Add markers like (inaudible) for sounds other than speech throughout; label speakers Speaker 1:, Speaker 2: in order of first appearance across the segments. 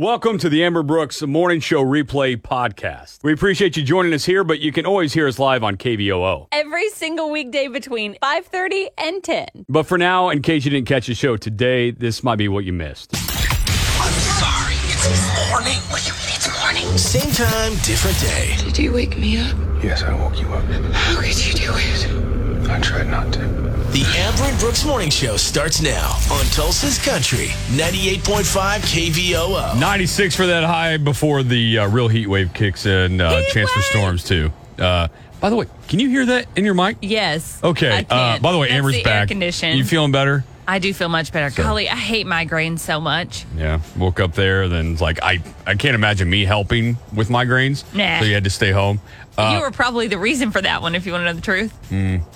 Speaker 1: Welcome to the Amber Brooks Morning Show Replay Podcast. We appreciate you joining us here, but you can always hear us live on KVOO.
Speaker 2: every single weekday between 5.30 and 10
Speaker 1: But for now, in case you didn't catch the show today, this might be what you missed.
Speaker 3: I'm sorry. It's morning.
Speaker 4: What do you mean it's morning?
Speaker 3: Same time, different day.
Speaker 4: Did you wake me up?
Speaker 5: Yes, I woke you up.
Speaker 4: How could you do it?
Speaker 5: I tried not to.
Speaker 3: The Amber and Brooks Morning Show starts now on Tulsa's Country, 98.5 KVOO.
Speaker 1: 96 for that high before the uh, real heat wave kicks in. Uh, chance for storms, too. Uh, by the way, can you hear that in your mic?
Speaker 6: Yes.
Speaker 1: Okay.
Speaker 6: I
Speaker 1: Uh,
Speaker 6: can't.
Speaker 1: by the way,
Speaker 6: That's
Speaker 1: Amber's
Speaker 6: the
Speaker 1: back.
Speaker 6: Air condition.
Speaker 1: You feeling better?
Speaker 6: I do feel much better. Golly, I hate migraines so much.
Speaker 1: Yeah. Woke up there, then it's like I, I can't imagine me helping with migraines.
Speaker 6: Nah.
Speaker 1: So you had to stay home. Uh,
Speaker 6: you were probably the reason for that one, if you want to know the truth.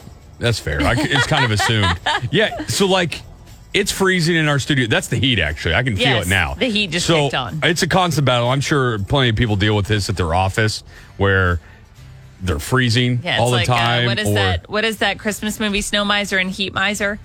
Speaker 1: That's fair. I c it's kind of assumed.
Speaker 6: (laughs)
Speaker 1: Yeah. So like, it's freezing in our studio. That's the heat. Actually, I can feel
Speaker 6: Yes,
Speaker 1: it now.
Speaker 6: the heat just
Speaker 1: so
Speaker 6: kicked on.
Speaker 1: It's a constant battle. I'm sure plenty of people deal with this at their office where they're freezing
Speaker 6: Yeah, it's
Speaker 1: all the
Speaker 6: like
Speaker 1: time.
Speaker 6: Uh, what is
Speaker 1: or-
Speaker 6: that? What is that Christmas movie, Snow Miser and Heat Miser,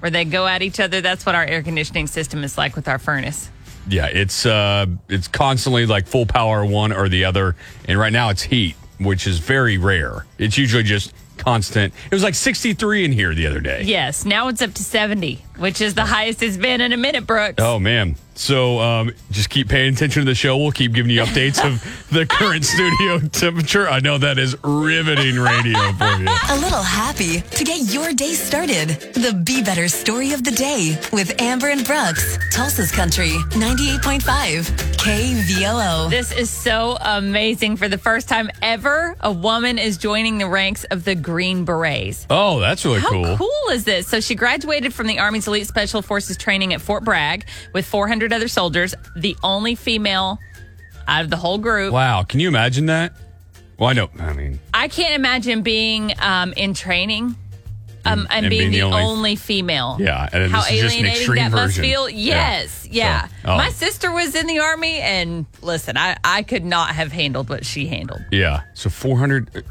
Speaker 6: where they go at each other? That's what our air conditioning system is like with our furnace.
Speaker 1: Yeah. It's uh, it's constantly like full power one or the other. And right now it's heat, which is very rare. It's usually just constant. It was like 63 in here the other day.
Speaker 6: Yes. Now it's up to seventy, which is the highest it's been in a minute, Brooks.
Speaker 1: Oh man! So um, just keep paying attention to the show. We'll keep giving you updates of the current studio temperature. I know that is riveting radio for you.
Speaker 7: A little happy to get your day started. The Be Better Story of the Day with Amber and Brooks, Tulsa's Country, 98.5, KVOO.
Speaker 6: This is so amazing. For the first time ever, a woman is joining the ranks of the Green Berets.
Speaker 1: Oh, that's really
Speaker 6: How
Speaker 1: cool.
Speaker 6: cool. is this? So she graduated from the Army's Elite Special Forces training at Fort Bragg with 400 other soldiers, the only female out of the whole group.
Speaker 1: Wow! Can you imagine that? Well, I know. I mean,
Speaker 6: I can't imagine being um, in training. Um, and,
Speaker 1: and
Speaker 6: being, the only, female.
Speaker 1: Yeah, and
Speaker 6: How
Speaker 1: this is just an
Speaker 6: alienating
Speaker 1: extreme
Speaker 6: that must
Speaker 1: version.
Speaker 6: feel.
Speaker 1: Yeah.
Speaker 6: Yes. Yeah.
Speaker 1: So, oh.
Speaker 6: My sister was in the army, and listen, I, I could not have handled what she handled.
Speaker 1: yeah. So 400,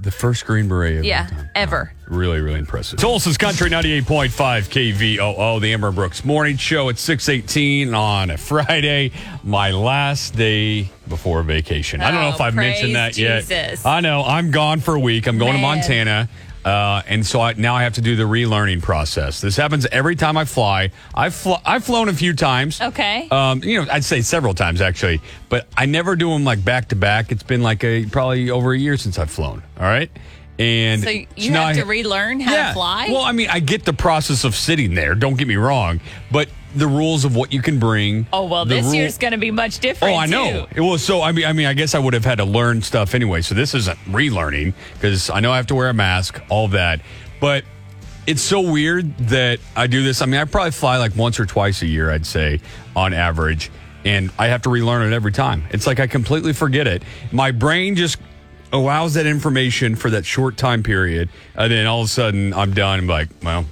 Speaker 1: the first Green Beret. Of
Speaker 6: Yeah.
Speaker 1: all time.
Speaker 6: Ever.
Speaker 1: Really, really impressive. Tulsa's Country 98.5 KVOO, the Amber Brooks Morning Show at 618 on a Friday, my last day before vacation. I don't know
Speaker 6: Oh,
Speaker 1: if I've mentioned that
Speaker 6: praise
Speaker 1: yet.
Speaker 6: Jesus.
Speaker 1: I know. I'm gone for a week. I'm going to
Speaker 6: Man.
Speaker 1: Montana. Uh, and so I, now I have to do the relearning process. This happens every time I fly. I've, fl- I've flown a few times.
Speaker 6: Okay.
Speaker 1: Um, you know, I'd say several times actually, but I never do them like back to back. It's been like a probably over a year since I've flown. All right. And
Speaker 6: So you
Speaker 1: now
Speaker 6: have
Speaker 1: I-
Speaker 6: to relearn how
Speaker 1: yeah.
Speaker 6: to fly?
Speaker 1: Well, I mean, I get the process of sitting there. Don't get me wrong, but the rules of what you can bring.
Speaker 6: oh, well,
Speaker 1: the
Speaker 6: this
Speaker 1: rule-
Speaker 6: year's going to be much different.
Speaker 1: Oh, I know.
Speaker 6: too.
Speaker 1: It was so. I mean, I mean, I guess I would have had to learn stuff anyway. So this isn't relearning because I know I have to wear a mask, all that. But it's so weird that I do this. I mean, I probably fly like once or twice a year, I'd say, on average, and I have to relearn it every time. It's like I completely forget it. My brain just allows that information for that short time period, and then all of a sudden I'm done. I'm like, well,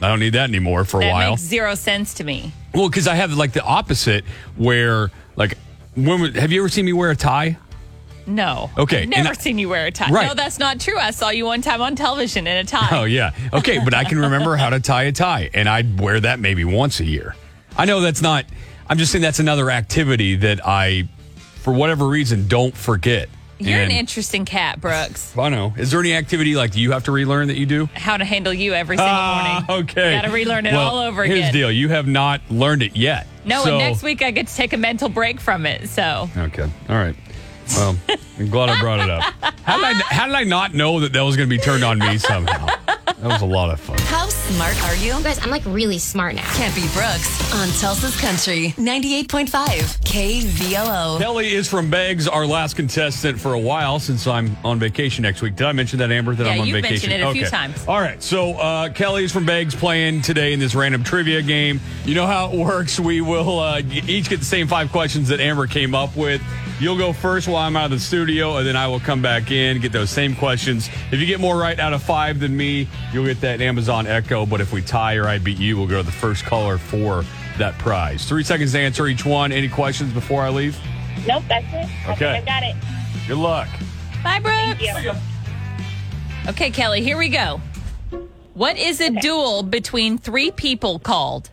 Speaker 1: I don't need that anymore for a
Speaker 6: That
Speaker 1: while.
Speaker 6: makes zero sense to me.
Speaker 1: Well, because I have like the opposite where like when would- have you ever seen me wear a tie? (laughs)
Speaker 6: No.
Speaker 1: Okay, and
Speaker 6: Never
Speaker 1: I-
Speaker 6: seen you wear a tie.
Speaker 1: Right.
Speaker 6: No, that's not true. I saw you one time on television in a tie.
Speaker 1: Oh yeah, okay, but I can remember how to tie a tie, and I'd wear that maybe once a year. I know that's not. I'm just saying that's another activity that I, for whatever reason, don't forget.
Speaker 6: You're an
Speaker 1: And-
Speaker 6: interesting cat, Brooks.
Speaker 1: I know. Is there any activity like you have to relearn that you do?
Speaker 6: How to handle you every single
Speaker 1: Ah,
Speaker 6: morning.
Speaker 1: okay.
Speaker 6: Got to relearn it
Speaker 1: Well,
Speaker 6: all over
Speaker 1: here's
Speaker 6: again.
Speaker 1: the deal: you have not learned it yet.
Speaker 6: No,
Speaker 1: So-
Speaker 6: and next week I get to take a mental break from it. So
Speaker 1: Okay. All right. Well, I'm glad I brought it up. How did I, how did I not know that that was going to be turned on me somehow? That was a lot of fun.
Speaker 7: How smart are you?
Speaker 8: guys, I'm like really smart now.
Speaker 7: Can't be Brooks on Tulsa's Country, 98.5, KVOO.
Speaker 1: Kelly is from Beggs, our last contestant for a while since I'm on vacation next week. Did I mention that, Amber, that
Speaker 6: Yeah,
Speaker 1: I'm on
Speaker 6: you've
Speaker 1: vacation?
Speaker 6: mentioned it a few times.
Speaker 1: All right. So uh, Kelly is from Beggs playing today in this random trivia game. You know how it works. We will uh, each get the same five questions that Amber came up with. You'll go first while I'm out of the studio, and then I will come back in, get those same questions. If you get more right out of five than me, you'll get that Amazon Echo. But if we tie or I beat you, we'll go to the first caller for that prize. Three seconds to answer each one. Any questions before I leave?
Speaker 9: Nope, that's it. I
Speaker 1: Okay.
Speaker 9: think I've got it.
Speaker 1: Good luck.
Speaker 6: bye, Brooks.
Speaker 9: you.
Speaker 6: Okay, Kelly, here we go. What is a duel between three people called?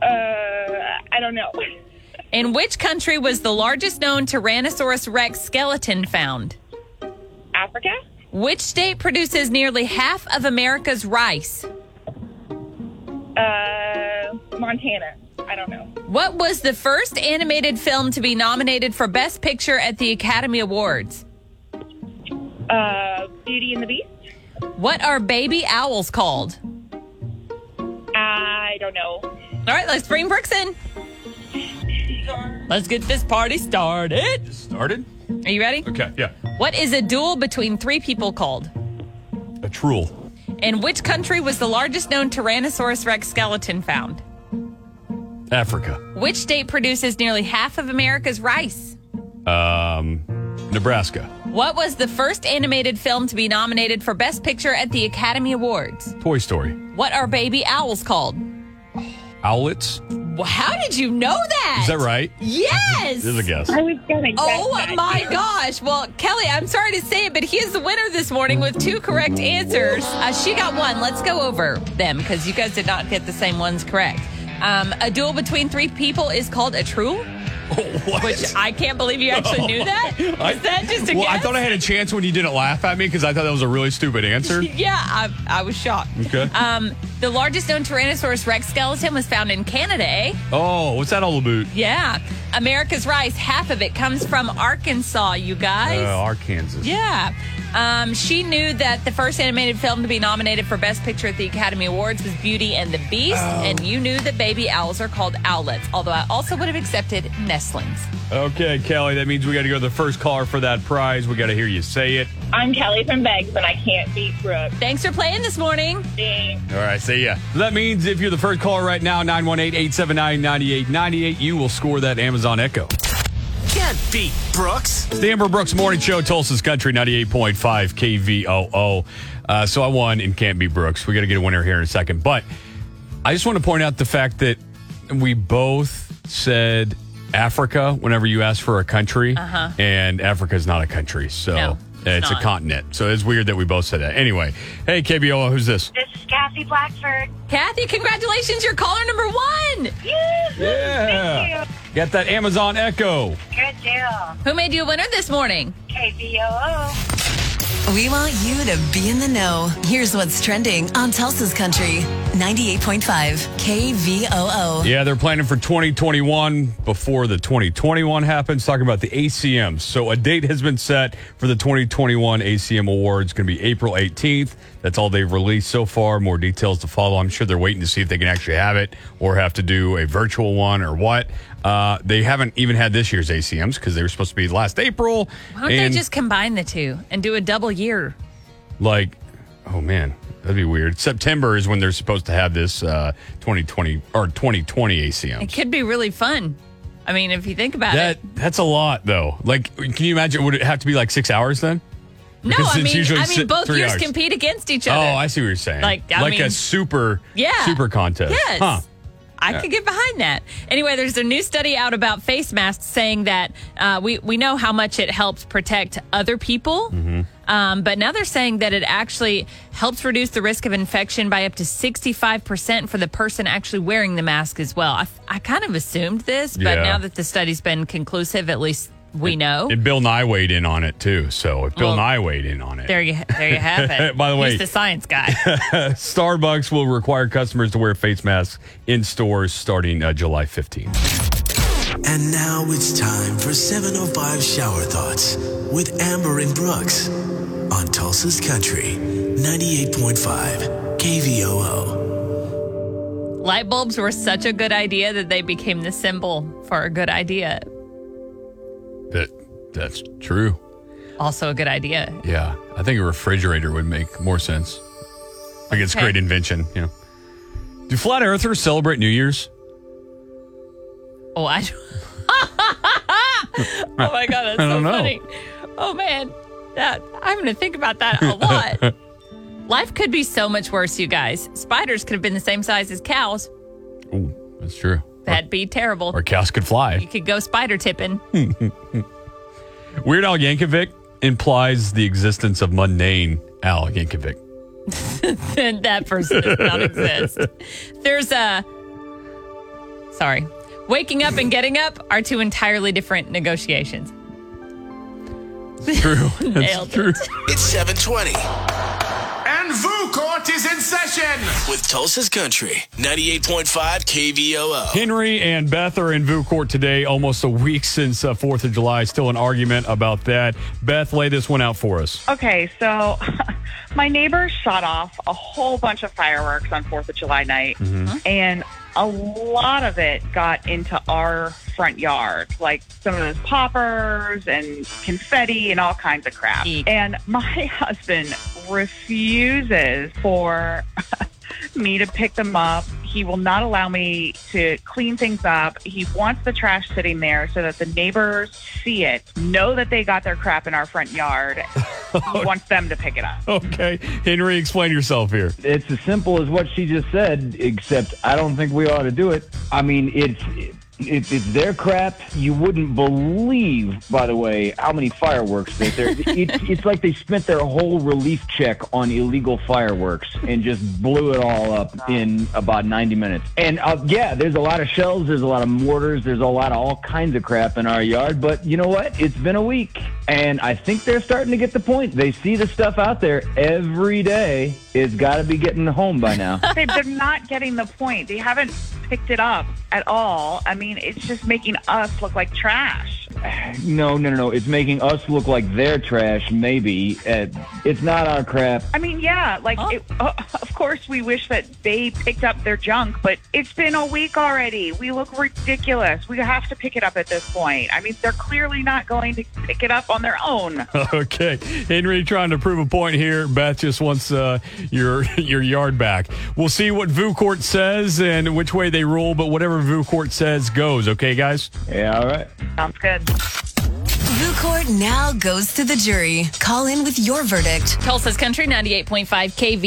Speaker 9: Uh, I don't know.
Speaker 6: In which country was the largest known Tyrannosaurus rex skeleton found?
Speaker 8: (laughs) Africa?
Speaker 6: Which state produces nearly half of America's rice?
Speaker 8: Uh, Montana. I don't know.
Speaker 6: What was the first animated film to be nominated for Best Picture at the Academy Awards?
Speaker 8: Uh, Beauty and the Beast?
Speaker 6: What are baby owls called?
Speaker 8: I don't know.
Speaker 6: All right, let's bring Brooks in. Let's get this party started.
Speaker 1: Started?
Speaker 6: Are you ready?
Speaker 1: Okay, yeah.
Speaker 6: What is a duel between three people called?
Speaker 1: A truel.
Speaker 6: In which country was the largest known Tyrannosaurus rex skeleton found?
Speaker 1: Africa.
Speaker 6: Which state produces nearly half of America's rice?
Speaker 1: Um, Nebraska.
Speaker 6: What was the first animated film to be nominated for Best Picture at the Academy Awards?
Speaker 1: Toy Story.
Speaker 6: What are baby owls called?
Speaker 1: Owlets.
Speaker 6: Well, how did you know that?
Speaker 1: Is that right?
Speaker 6: Yes.
Speaker 1: This is a guess.
Speaker 8: I was gonna guess
Speaker 6: Oh
Speaker 8: that.
Speaker 6: my gosh. Well, Kelly, I'm sorry to say it, but he is the winner this morning with two correct answers. Uh, she got one. Let's go over them because you guys did not get the same ones correct. Um, a duel between three people is called a truel.
Speaker 1: (laughs) what?
Speaker 6: Which I can't believe
Speaker 1: (laughs)
Speaker 6: you actually knew that. Is
Speaker 1: I-
Speaker 6: that just a
Speaker 1: well,
Speaker 6: guess?
Speaker 1: I thought I had a chance when you didn't laugh at me because I thought that was a really stupid answer.
Speaker 6: (laughs) yeah, I, I was shocked.
Speaker 1: Okay.
Speaker 6: Um, the largest known Tyrannosaurus Rex skeleton was found in Canada, eh?
Speaker 1: oh, what's that all about?
Speaker 6: Yeah. America's rice, half of it comes from Arkansas, you guys.
Speaker 1: Uh, Arkansas.
Speaker 6: Yeah. Um, she knew that the first animated film to be nominated for Best Picture at the Academy Awards was Beauty and the Beast,
Speaker 1: Oh.
Speaker 6: and you knew that baby owls are called owlets, although I also would have accepted nestlings.
Speaker 1: Okay, Kelly, that means we got to go to the first caller for that prize. We got to hear you say it.
Speaker 8: I'm Kelly from Beggs, and I can't beat Brooke.
Speaker 6: Thanks for playing this morning.
Speaker 8: Dang.
Speaker 1: All right, see ya. That means if you're the first caller right now, 918 879 9898, you will score that Amazon Echo.
Speaker 3: Can't beat Brooks.
Speaker 1: It's the Amber Brooks Morning Show, Tulsa's Country, 98.5 KVOO. Uh, so I won and can't be Brooks. We got to get a winner here in a second. But I just want to point out the fact that we both said Africa whenever you asked for a country, uh-huh. and Africa is not a country. So
Speaker 6: No,
Speaker 1: uh,
Speaker 6: it's
Speaker 1: it's a
Speaker 6: not.
Speaker 1: continent. So it's weird that we both said that. Anyway, hey, KBOO, who's this?
Speaker 9: This is Kathy Blackford.
Speaker 6: Kathy, congratulations, you're caller number one.
Speaker 1: Yeah. Got that Amazon Echo.
Speaker 9: Good deal.
Speaker 6: Who made you a winner this morning?
Speaker 9: KBOO.
Speaker 7: We want you to be in the know. Here's what's trending on Tulsa's Country 98.5 KVOO.
Speaker 1: Yeah, they're planning for 2021 before the 2021 happens. Talking about the ACMs. So a date has been set for the 2021 ACM Awards. Going to be April 18th. That's all they've released so far. More details to follow. I'm sure they're waiting to see if they can actually have it or have to do a virtual one or what. Uh, they haven't even had this year's ACMs because they were supposed to be last April.
Speaker 6: Why don't
Speaker 1: and,
Speaker 6: they just combine the two and do a double year?
Speaker 1: like oh man that'd be weird september is when they're supposed to have this uh 2020 or 2020 acm
Speaker 6: It could be really fun. I mean, if you think about
Speaker 1: that
Speaker 6: it.
Speaker 1: that's a lot though like can you imagine would it have to be like six hours then
Speaker 6: No,
Speaker 1: because
Speaker 6: I
Speaker 1: it's
Speaker 6: mean,
Speaker 1: usually
Speaker 6: I
Speaker 1: si-
Speaker 6: mean, both
Speaker 1: three
Speaker 6: years
Speaker 1: hours.
Speaker 6: compete against each
Speaker 1: oh
Speaker 6: other.
Speaker 1: i see what you're saying
Speaker 6: Like, I
Speaker 1: like
Speaker 6: mean-
Speaker 1: a super
Speaker 6: Yeah.
Speaker 1: super contest
Speaker 6: Yes.
Speaker 1: huh
Speaker 6: I could get behind that. Anyway, there's a new study out about face masks saying that uh, we, we know how much it helps protect other people.
Speaker 1: Mm-hmm.
Speaker 6: Um, but now they're saying that it actually helps reduce the risk of infection by up to 65% for the person actually wearing the mask as well. I, I kind of assumed this, but
Speaker 1: Yeah.
Speaker 6: now that the study's been conclusive, at least we know.
Speaker 1: and bill nye weighed in on it too so if bill
Speaker 6: Well,
Speaker 1: nye weighed in on it
Speaker 6: there you, there you have
Speaker 1: (laughs)
Speaker 6: it.
Speaker 1: By the way-
Speaker 6: he's the science guy.
Speaker 1: starbucks will require customers to wear face masks in stores starting uh, july 15th
Speaker 3: And now it's time for 705 Shower Thoughts with Amber and Brooks on Tulsa's Country 98.5 KVOO.
Speaker 6: Light bulbs were such a good idea that they became the symbol for a good idea.
Speaker 1: that that's true
Speaker 6: Also, a good idea.
Speaker 1: Yeah, I think a refrigerator would make more sense. Like it's a
Speaker 6: Okay.
Speaker 1: great invention. You know. Do flat earthers celebrate New Year's?
Speaker 6: Oh, I. (laughs) oh my god, that's
Speaker 1: (laughs) I
Speaker 6: so
Speaker 1: don't know.
Speaker 6: funny. Oh man, that I'm gonna think about that
Speaker 1: (laughs)
Speaker 6: a lot. Life could be so much worse, you guys. Spiders could have been the same size as cows.
Speaker 1: Ooh, that's true.
Speaker 6: That'd be terrible.
Speaker 1: Or cows could fly.
Speaker 6: you could go spider tipping.
Speaker 1: Weird Al Yankovic implies the existence of mundane Al Yankovic.
Speaker 6: (laughs)
Speaker 1: (laughs)
Speaker 6: and that person does not exist. There's a. Sorry. Waking up and getting up are two entirely different negotiations.
Speaker 1: True.
Speaker 6: (laughs)
Speaker 1: That's
Speaker 6: Nailed it.
Speaker 1: true.
Speaker 3: It's 720
Speaker 10: And VU Court is in session.
Speaker 3: with Tulsa's Country, 98.5 KVOO.
Speaker 1: Henry and Beth are in VU court today, almost a week since uh, 4th of July. Still an argument about that. Beth, lay this one out for us. (laughs)
Speaker 9: Okay, so (laughs) my neighbor shot off a whole bunch of fireworks on 4th of July night, and a lot of it got into our front yard, like some of those poppers and confetti and all kinds of crap.
Speaker 6: Eek.
Speaker 9: And my (laughs) husband refuses for (laughs) me to pick them up. He will not allow me to clean things up. He wants the trash sitting there so that the neighbors see it, know that they got their crap in our front yard. he wants them to pick it up.
Speaker 1: Okay. Henry, explain yourself here.
Speaker 10: It's as simple as what she just said, except I don't think we ought to do it. I mean, it's. It, it's their crap. You wouldn't believe, by the way, how many fireworks that there. it's, it's like they spent their whole relief check on illegal fireworks and just blew it all up in about 90 minutes. And uh, yeah, there's a lot of shells, there's a lot of mortars, there's a lot of all kinds of crap in our yard. But you know what? It's been a week, and I think they're starting to get the point. They see the stuff out there every day. It's got to be getting home by now.
Speaker 9: They, they're not getting the point. They haven't picked it up at all. I mean, it's just making us look like trash.
Speaker 10: no, no, no, no. It's making us look like their trash. Maybe uh, it's not our crap.
Speaker 9: I mean, yeah, like,
Speaker 6: Huh?
Speaker 9: it, (laughs) uh, of course, we wish that they picked up their junk, but it's been a week already. We look ridiculous. We have to pick it up at this point. I mean, they're clearly not going to pick it up on their own.
Speaker 1: (laughs) Okay, Henry trying to prove a point here. Beth just wants uh, your (laughs) your yard back. We'll see what VU Court says and which way they rule, but whatever VU Court says goes. Okay, guys.
Speaker 10: Yeah, all right.
Speaker 9: Sounds good.
Speaker 7: VuCourt now goes to the jury. Call in with your verdict.
Speaker 6: Tulsa's Country 98.5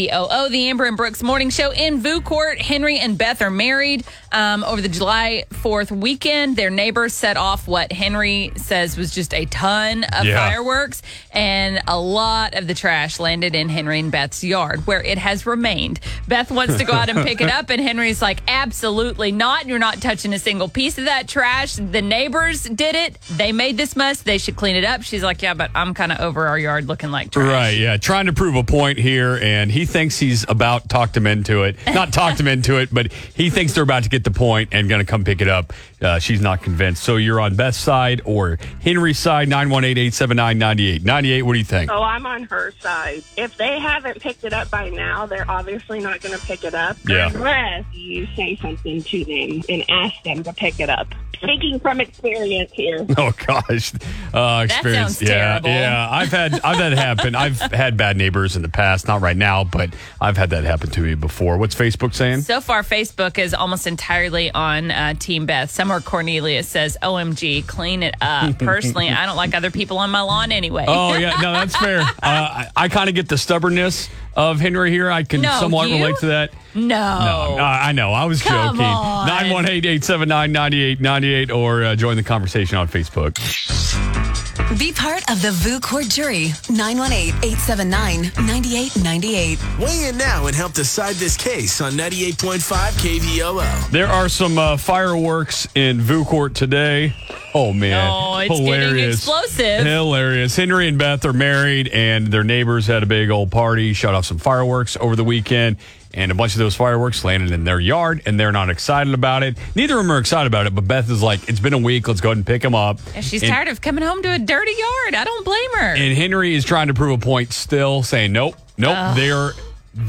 Speaker 6: KVOO, the Amber and Brooks Morning Show in Vu Court. Henry and Beth are married. Um, over the July 4th weekend, their neighbors set off what Henry says was just a ton of
Speaker 1: Yeah.
Speaker 6: fireworks, and a lot of the trash landed in Henry and Beth's yard, where it has remained. Beth wants to go out and pick it up, and Henry's like, absolutely not. You're not touching a single piece of that trash. The neighbors did it. They made this mess. They should clean it up. She's like, yeah, but I'm kind of over our yard looking like trash.
Speaker 1: Right, yeah, trying to prove a point here, and he thinks he's about talked him into it. Not talked him into it, but he thinks they're about to get the point and going to come pick it up. Uh, she's not convinced. So you're on Beth's side or Henry's side. Nine one eight eight seven nine ninety eight ninety eight. What do you think?
Speaker 6: Oh.
Speaker 8: So I'm on her side. If they haven't picked it up by now, they're obviously not going to pick it up.
Speaker 1: Yeah.
Speaker 8: Unless you say something to them and ask them to pick it up. Speaking from experience here.
Speaker 1: (laughs) Oh gosh, uh, experience.
Speaker 6: sounds
Speaker 1: yeah,
Speaker 6: terrible.
Speaker 1: yeah. I've had I've had it happen. I've had bad neighbors in the past, not right now, but I've had that happen to me before. What's Facebook saying?
Speaker 6: So far, Facebook is almost entirely on uh, Team Beth. Summer Cornelia says, OMG, clean it
Speaker 1: (laughs)
Speaker 6: up. Personally, I don't like other people on my lawn anyway.
Speaker 1: Oh yeah, no, that's fair. Uh, I, I kind of get the stubbornness of Henry here. I can
Speaker 6: No,
Speaker 1: somewhat
Speaker 6: you?
Speaker 1: relate to that.
Speaker 6: no.
Speaker 1: Oh, No, I I know. I was
Speaker 6: Oh. Come
Speaker 1: joking.
Speaker 6: on.
Speaker 1: 918-879-9898 or uh, join the conversation on Facebook.
Speaker 7: Be part of the VuCourt jury. 918-879-9898.
Speaker 3: Weigh in now and help decide this case on 98.5 KVOO.
Speaker 1: There are some uh, fireworks in VU Court today. Oh man,
Speaker 6: Oh, it's getting explosive.
Speaker 1: Hilarious. Henry and Beth are married, and their neighbors had a big old party. Shut off some fireworks over the weekend, and a bunch of those fireworks landed in their yard, and they're not excited about it. Neither of them are excited about it, but Beth is like, "It's been a week. Let's go ahead and pick them up."
Speaker 6: And She's
Speaker 1: and,
Speaker 6: tired of coming home to a dirty yard. I don't blame her.
Speaker 1: And Henry is trying to prove a point, still saying, "Nope, nope. They're."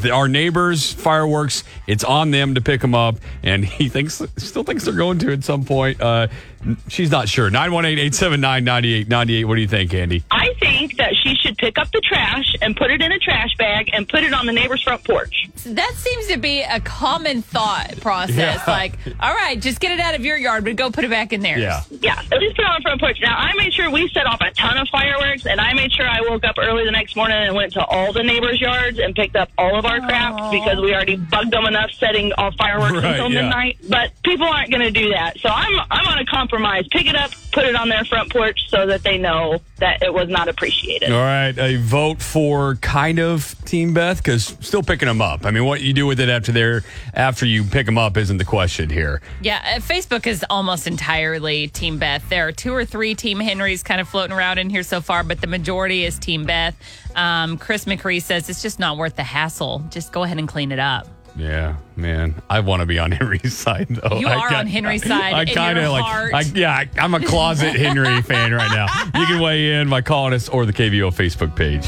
Speaker 1: th- Our neighbors' fireworks. It's on them to pick them up, and he thinks still thinks they're going to at some point. Uh, n- she's not sure. 918-879-9898. What do you think, Andy?
Speaker 8: I think that she should pick up the trash and put it in a trash bag and put it on the neighbor's front porch.
Speaker 6: that seems to be a common thought
Speaker 1: (laughs)
Speaker 6: process.
Speaker 1: Yeah.
Speaker 6: Like, all right, just get it out of your yard, but go put it back in theirs.
Speaker 1: Yeah.
Speaker 8: Yeah, at least put it on the front porch. Now, I made sure we set off a ton of fireworks, and I made sure I woke up early the next morning and went to all the neighbors' yards and picked up all of our crap because we already bugged them enough setting off fireworks
Speaker 1: Right,
Speaker 8: until
Speaker 1: yeah.
Speaker 8: midnight. But people aren't going to do that, so I'm I'm on a compromise. Pick it up, put it on their front porch so that they know that it was not appreciated.
Speaker 1: All right, a vote for kind of Team Beth because still picking them up. I mean, what you do with it after they're after you pick them up isn't the question here.
Speaker 6: Yeah, uh, Facebook is almost entirely Team Beth. There are two or three Team Henrys kind of floating around in here so far, but the majority is Team Beth. Um, Chris McCree says it's just not worth the hassle. Just go ahead and clean it up. (laughs)
Speaker 1: Yeah, man, I want to be on (laughs) Henry's side though.
Speaker 6: You
Speaker 1: I
Speaker 6: are
Speaker 1: got-
Speaker 6: on Henry's side in
Speaker 1: kinda
Speaker 6: your
Speaker 1: like,
Speaker 6: heart.
Speaker 1: I, yeah, I, I'm a
Speaker 6: (laughs)
Speaker 1: closet Henry fan right now. You can weigh in by calling us or the KVO Facebook page.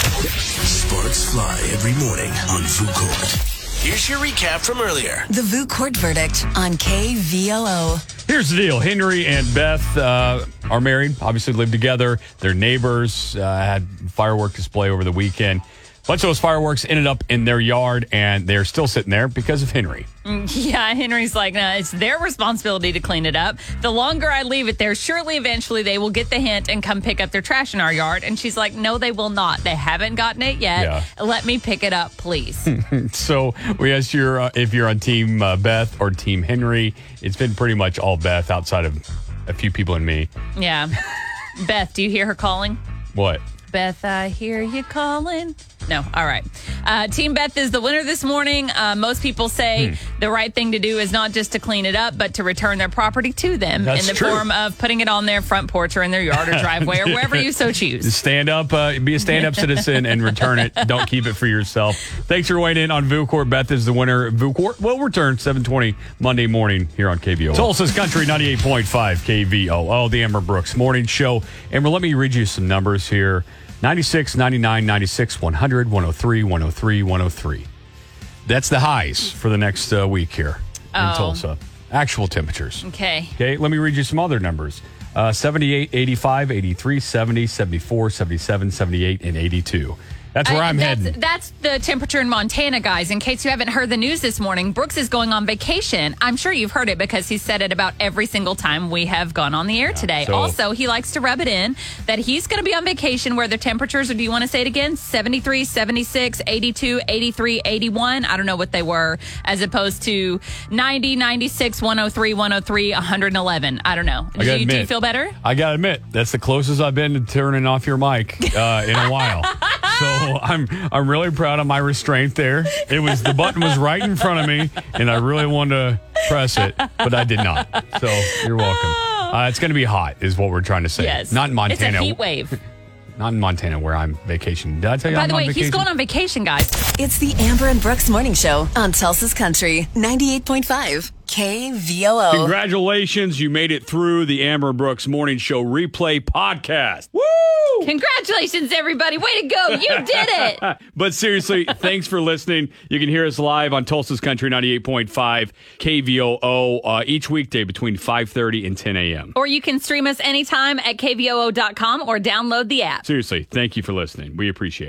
Speaker 3: Sparks fly every morning on Food Court. Here's your recap from earlier.
Speaker 7: The VU court verdict on KVOO.
Speaker 1: Here's the deal: Henry and Beth uh, are married. Obviously, live together. They're neighbors. Uh, had firework display over the weekend. Bunch of those fireworks ended up in their yard, and they're still sitting there because of Henry.
Speaker 6: Yeah, Henry's like, nah, it's their responsibility to clean it up. The longer I leave it there, surely eventually they will get the hint and come pick up their trash in our yard. And she's like, no, they will not. They haven't gotten it yet.
Speaker 1: Yeah.
Speaker 6: Let me pick it up, please.
Speaker 1: So we asked your uh, if you're on Team uh, Beth or Team Henry. It's been pretty much all Beth outside of a few people and me.
Speaker 6: yeah. Beth, do you hear her calling?
Speaker 1: What?
Speaker 6: Beth, I hear you calling. No, all right. Uh, Team Beth is the winner this morning. Uh, most people
Speaker 1: Hmm.
Speaker 6: say the right thing to do is not just to clean it up, but to return their property to them
Speaker 1: That's
Speaker 6: in the
Speaker 1: true.
Speaker 6: form of putting it on their front porch or in
Speaker 1: (laughs)
Speaker 6: their yard or driveway or wherever you so choose.
Speaker 1: Stand up, uh, be a stand
Speaker 6: (laughs)
Speaker 1: up citizen and return it. Don't keep it for yourself. Thanks for weighing in on VuCourt. Beth is the winner. VuCourt will return 720 Monday morning here on KVO. Tulsa's Country 98.5 KVO. Oh, the Amber Brooks Morning Show. Amber, let me read you some numbers here 96, 99, 96, 100, 103, 103, 103. That's the highs for the next uh, week here in
Speaker 6: Oh.
Speaker 1: Tulsa. Actual temperatures.
Speaker 6: Okay.
Speaker 1: Okay, let me read you some other numbers uh, 78, 85, 83, 70, 74, 77, 78, and 82. That's where
Speaker 6: I-
Speaker 1: I, am
Speaker 6: that's,
Speaker 1: heading.
Speaker 6: That's the temperature in Montana, guys. In case you haven't heard the news this morning, Brooks is going on vacation. I'm sure you've heard it because he said it about every single time we have gone on the air today.
Speaker 1: so-
Speaker 6: also, he likes to rub it in that he's going to be on vacation where the temperatures, or do you want to say it again? 73, 76, 82, 83, 81. I don't know what they were, as opposed to 90, 96, 103, 103, 111. I don't know.
Speaker 1: I
Speaker 6: do,
Speaker 1: gotta
Speaker 6: you, do you
Speaker 1: admit-
Speaker 6: feel better?
Speaker 1: I gotta admit, that's the closest I've been to turning off your mic uh, in a
Speaker 6: (laughs)
Speaker 1: while. so I'm I'm really proud of my restraint there. It was the button was right in front of me, and I really wanted to press it, but I did not. So you're welcome. Uh, it's gonna be hot, is what we're trying to say.
Speaker 6: Oh. Yes.
Speaker 1: Not in Montana.
Speaker 6: It's a heat wave.
Speaker 1: (laughs) Not in Montana where I'm vacationing. Did I tell you?
Speaker 6: By
Speaker 1: I'm
Speaker 6: the
Speaker 1: on
Speaker 6: way, he's
Speaker 1: vacation?
Speaker 6: going on vacation, guys.
Speaker 7: It's the Amber and Brooks Morning Show on Tulsa's Country 98.5 KVOO.
Speaker 1: Congratulations, you made it through the Amber Brooks Morning Show replay podcast. Woo!
Speaker 6: Congratulations, everybody. Way to go. You did it.
Speaker 1: But seriously, thanks for listening. You can hear us live on Tulsa's Country 98.5 KVOO uh, each weekday between 5:30 and 10 a.m.
Speaker 6: or you can stream us anytime at kvoo.com or download the app.
Speaker 1: Seriously, thank you for listening. We appreciate it.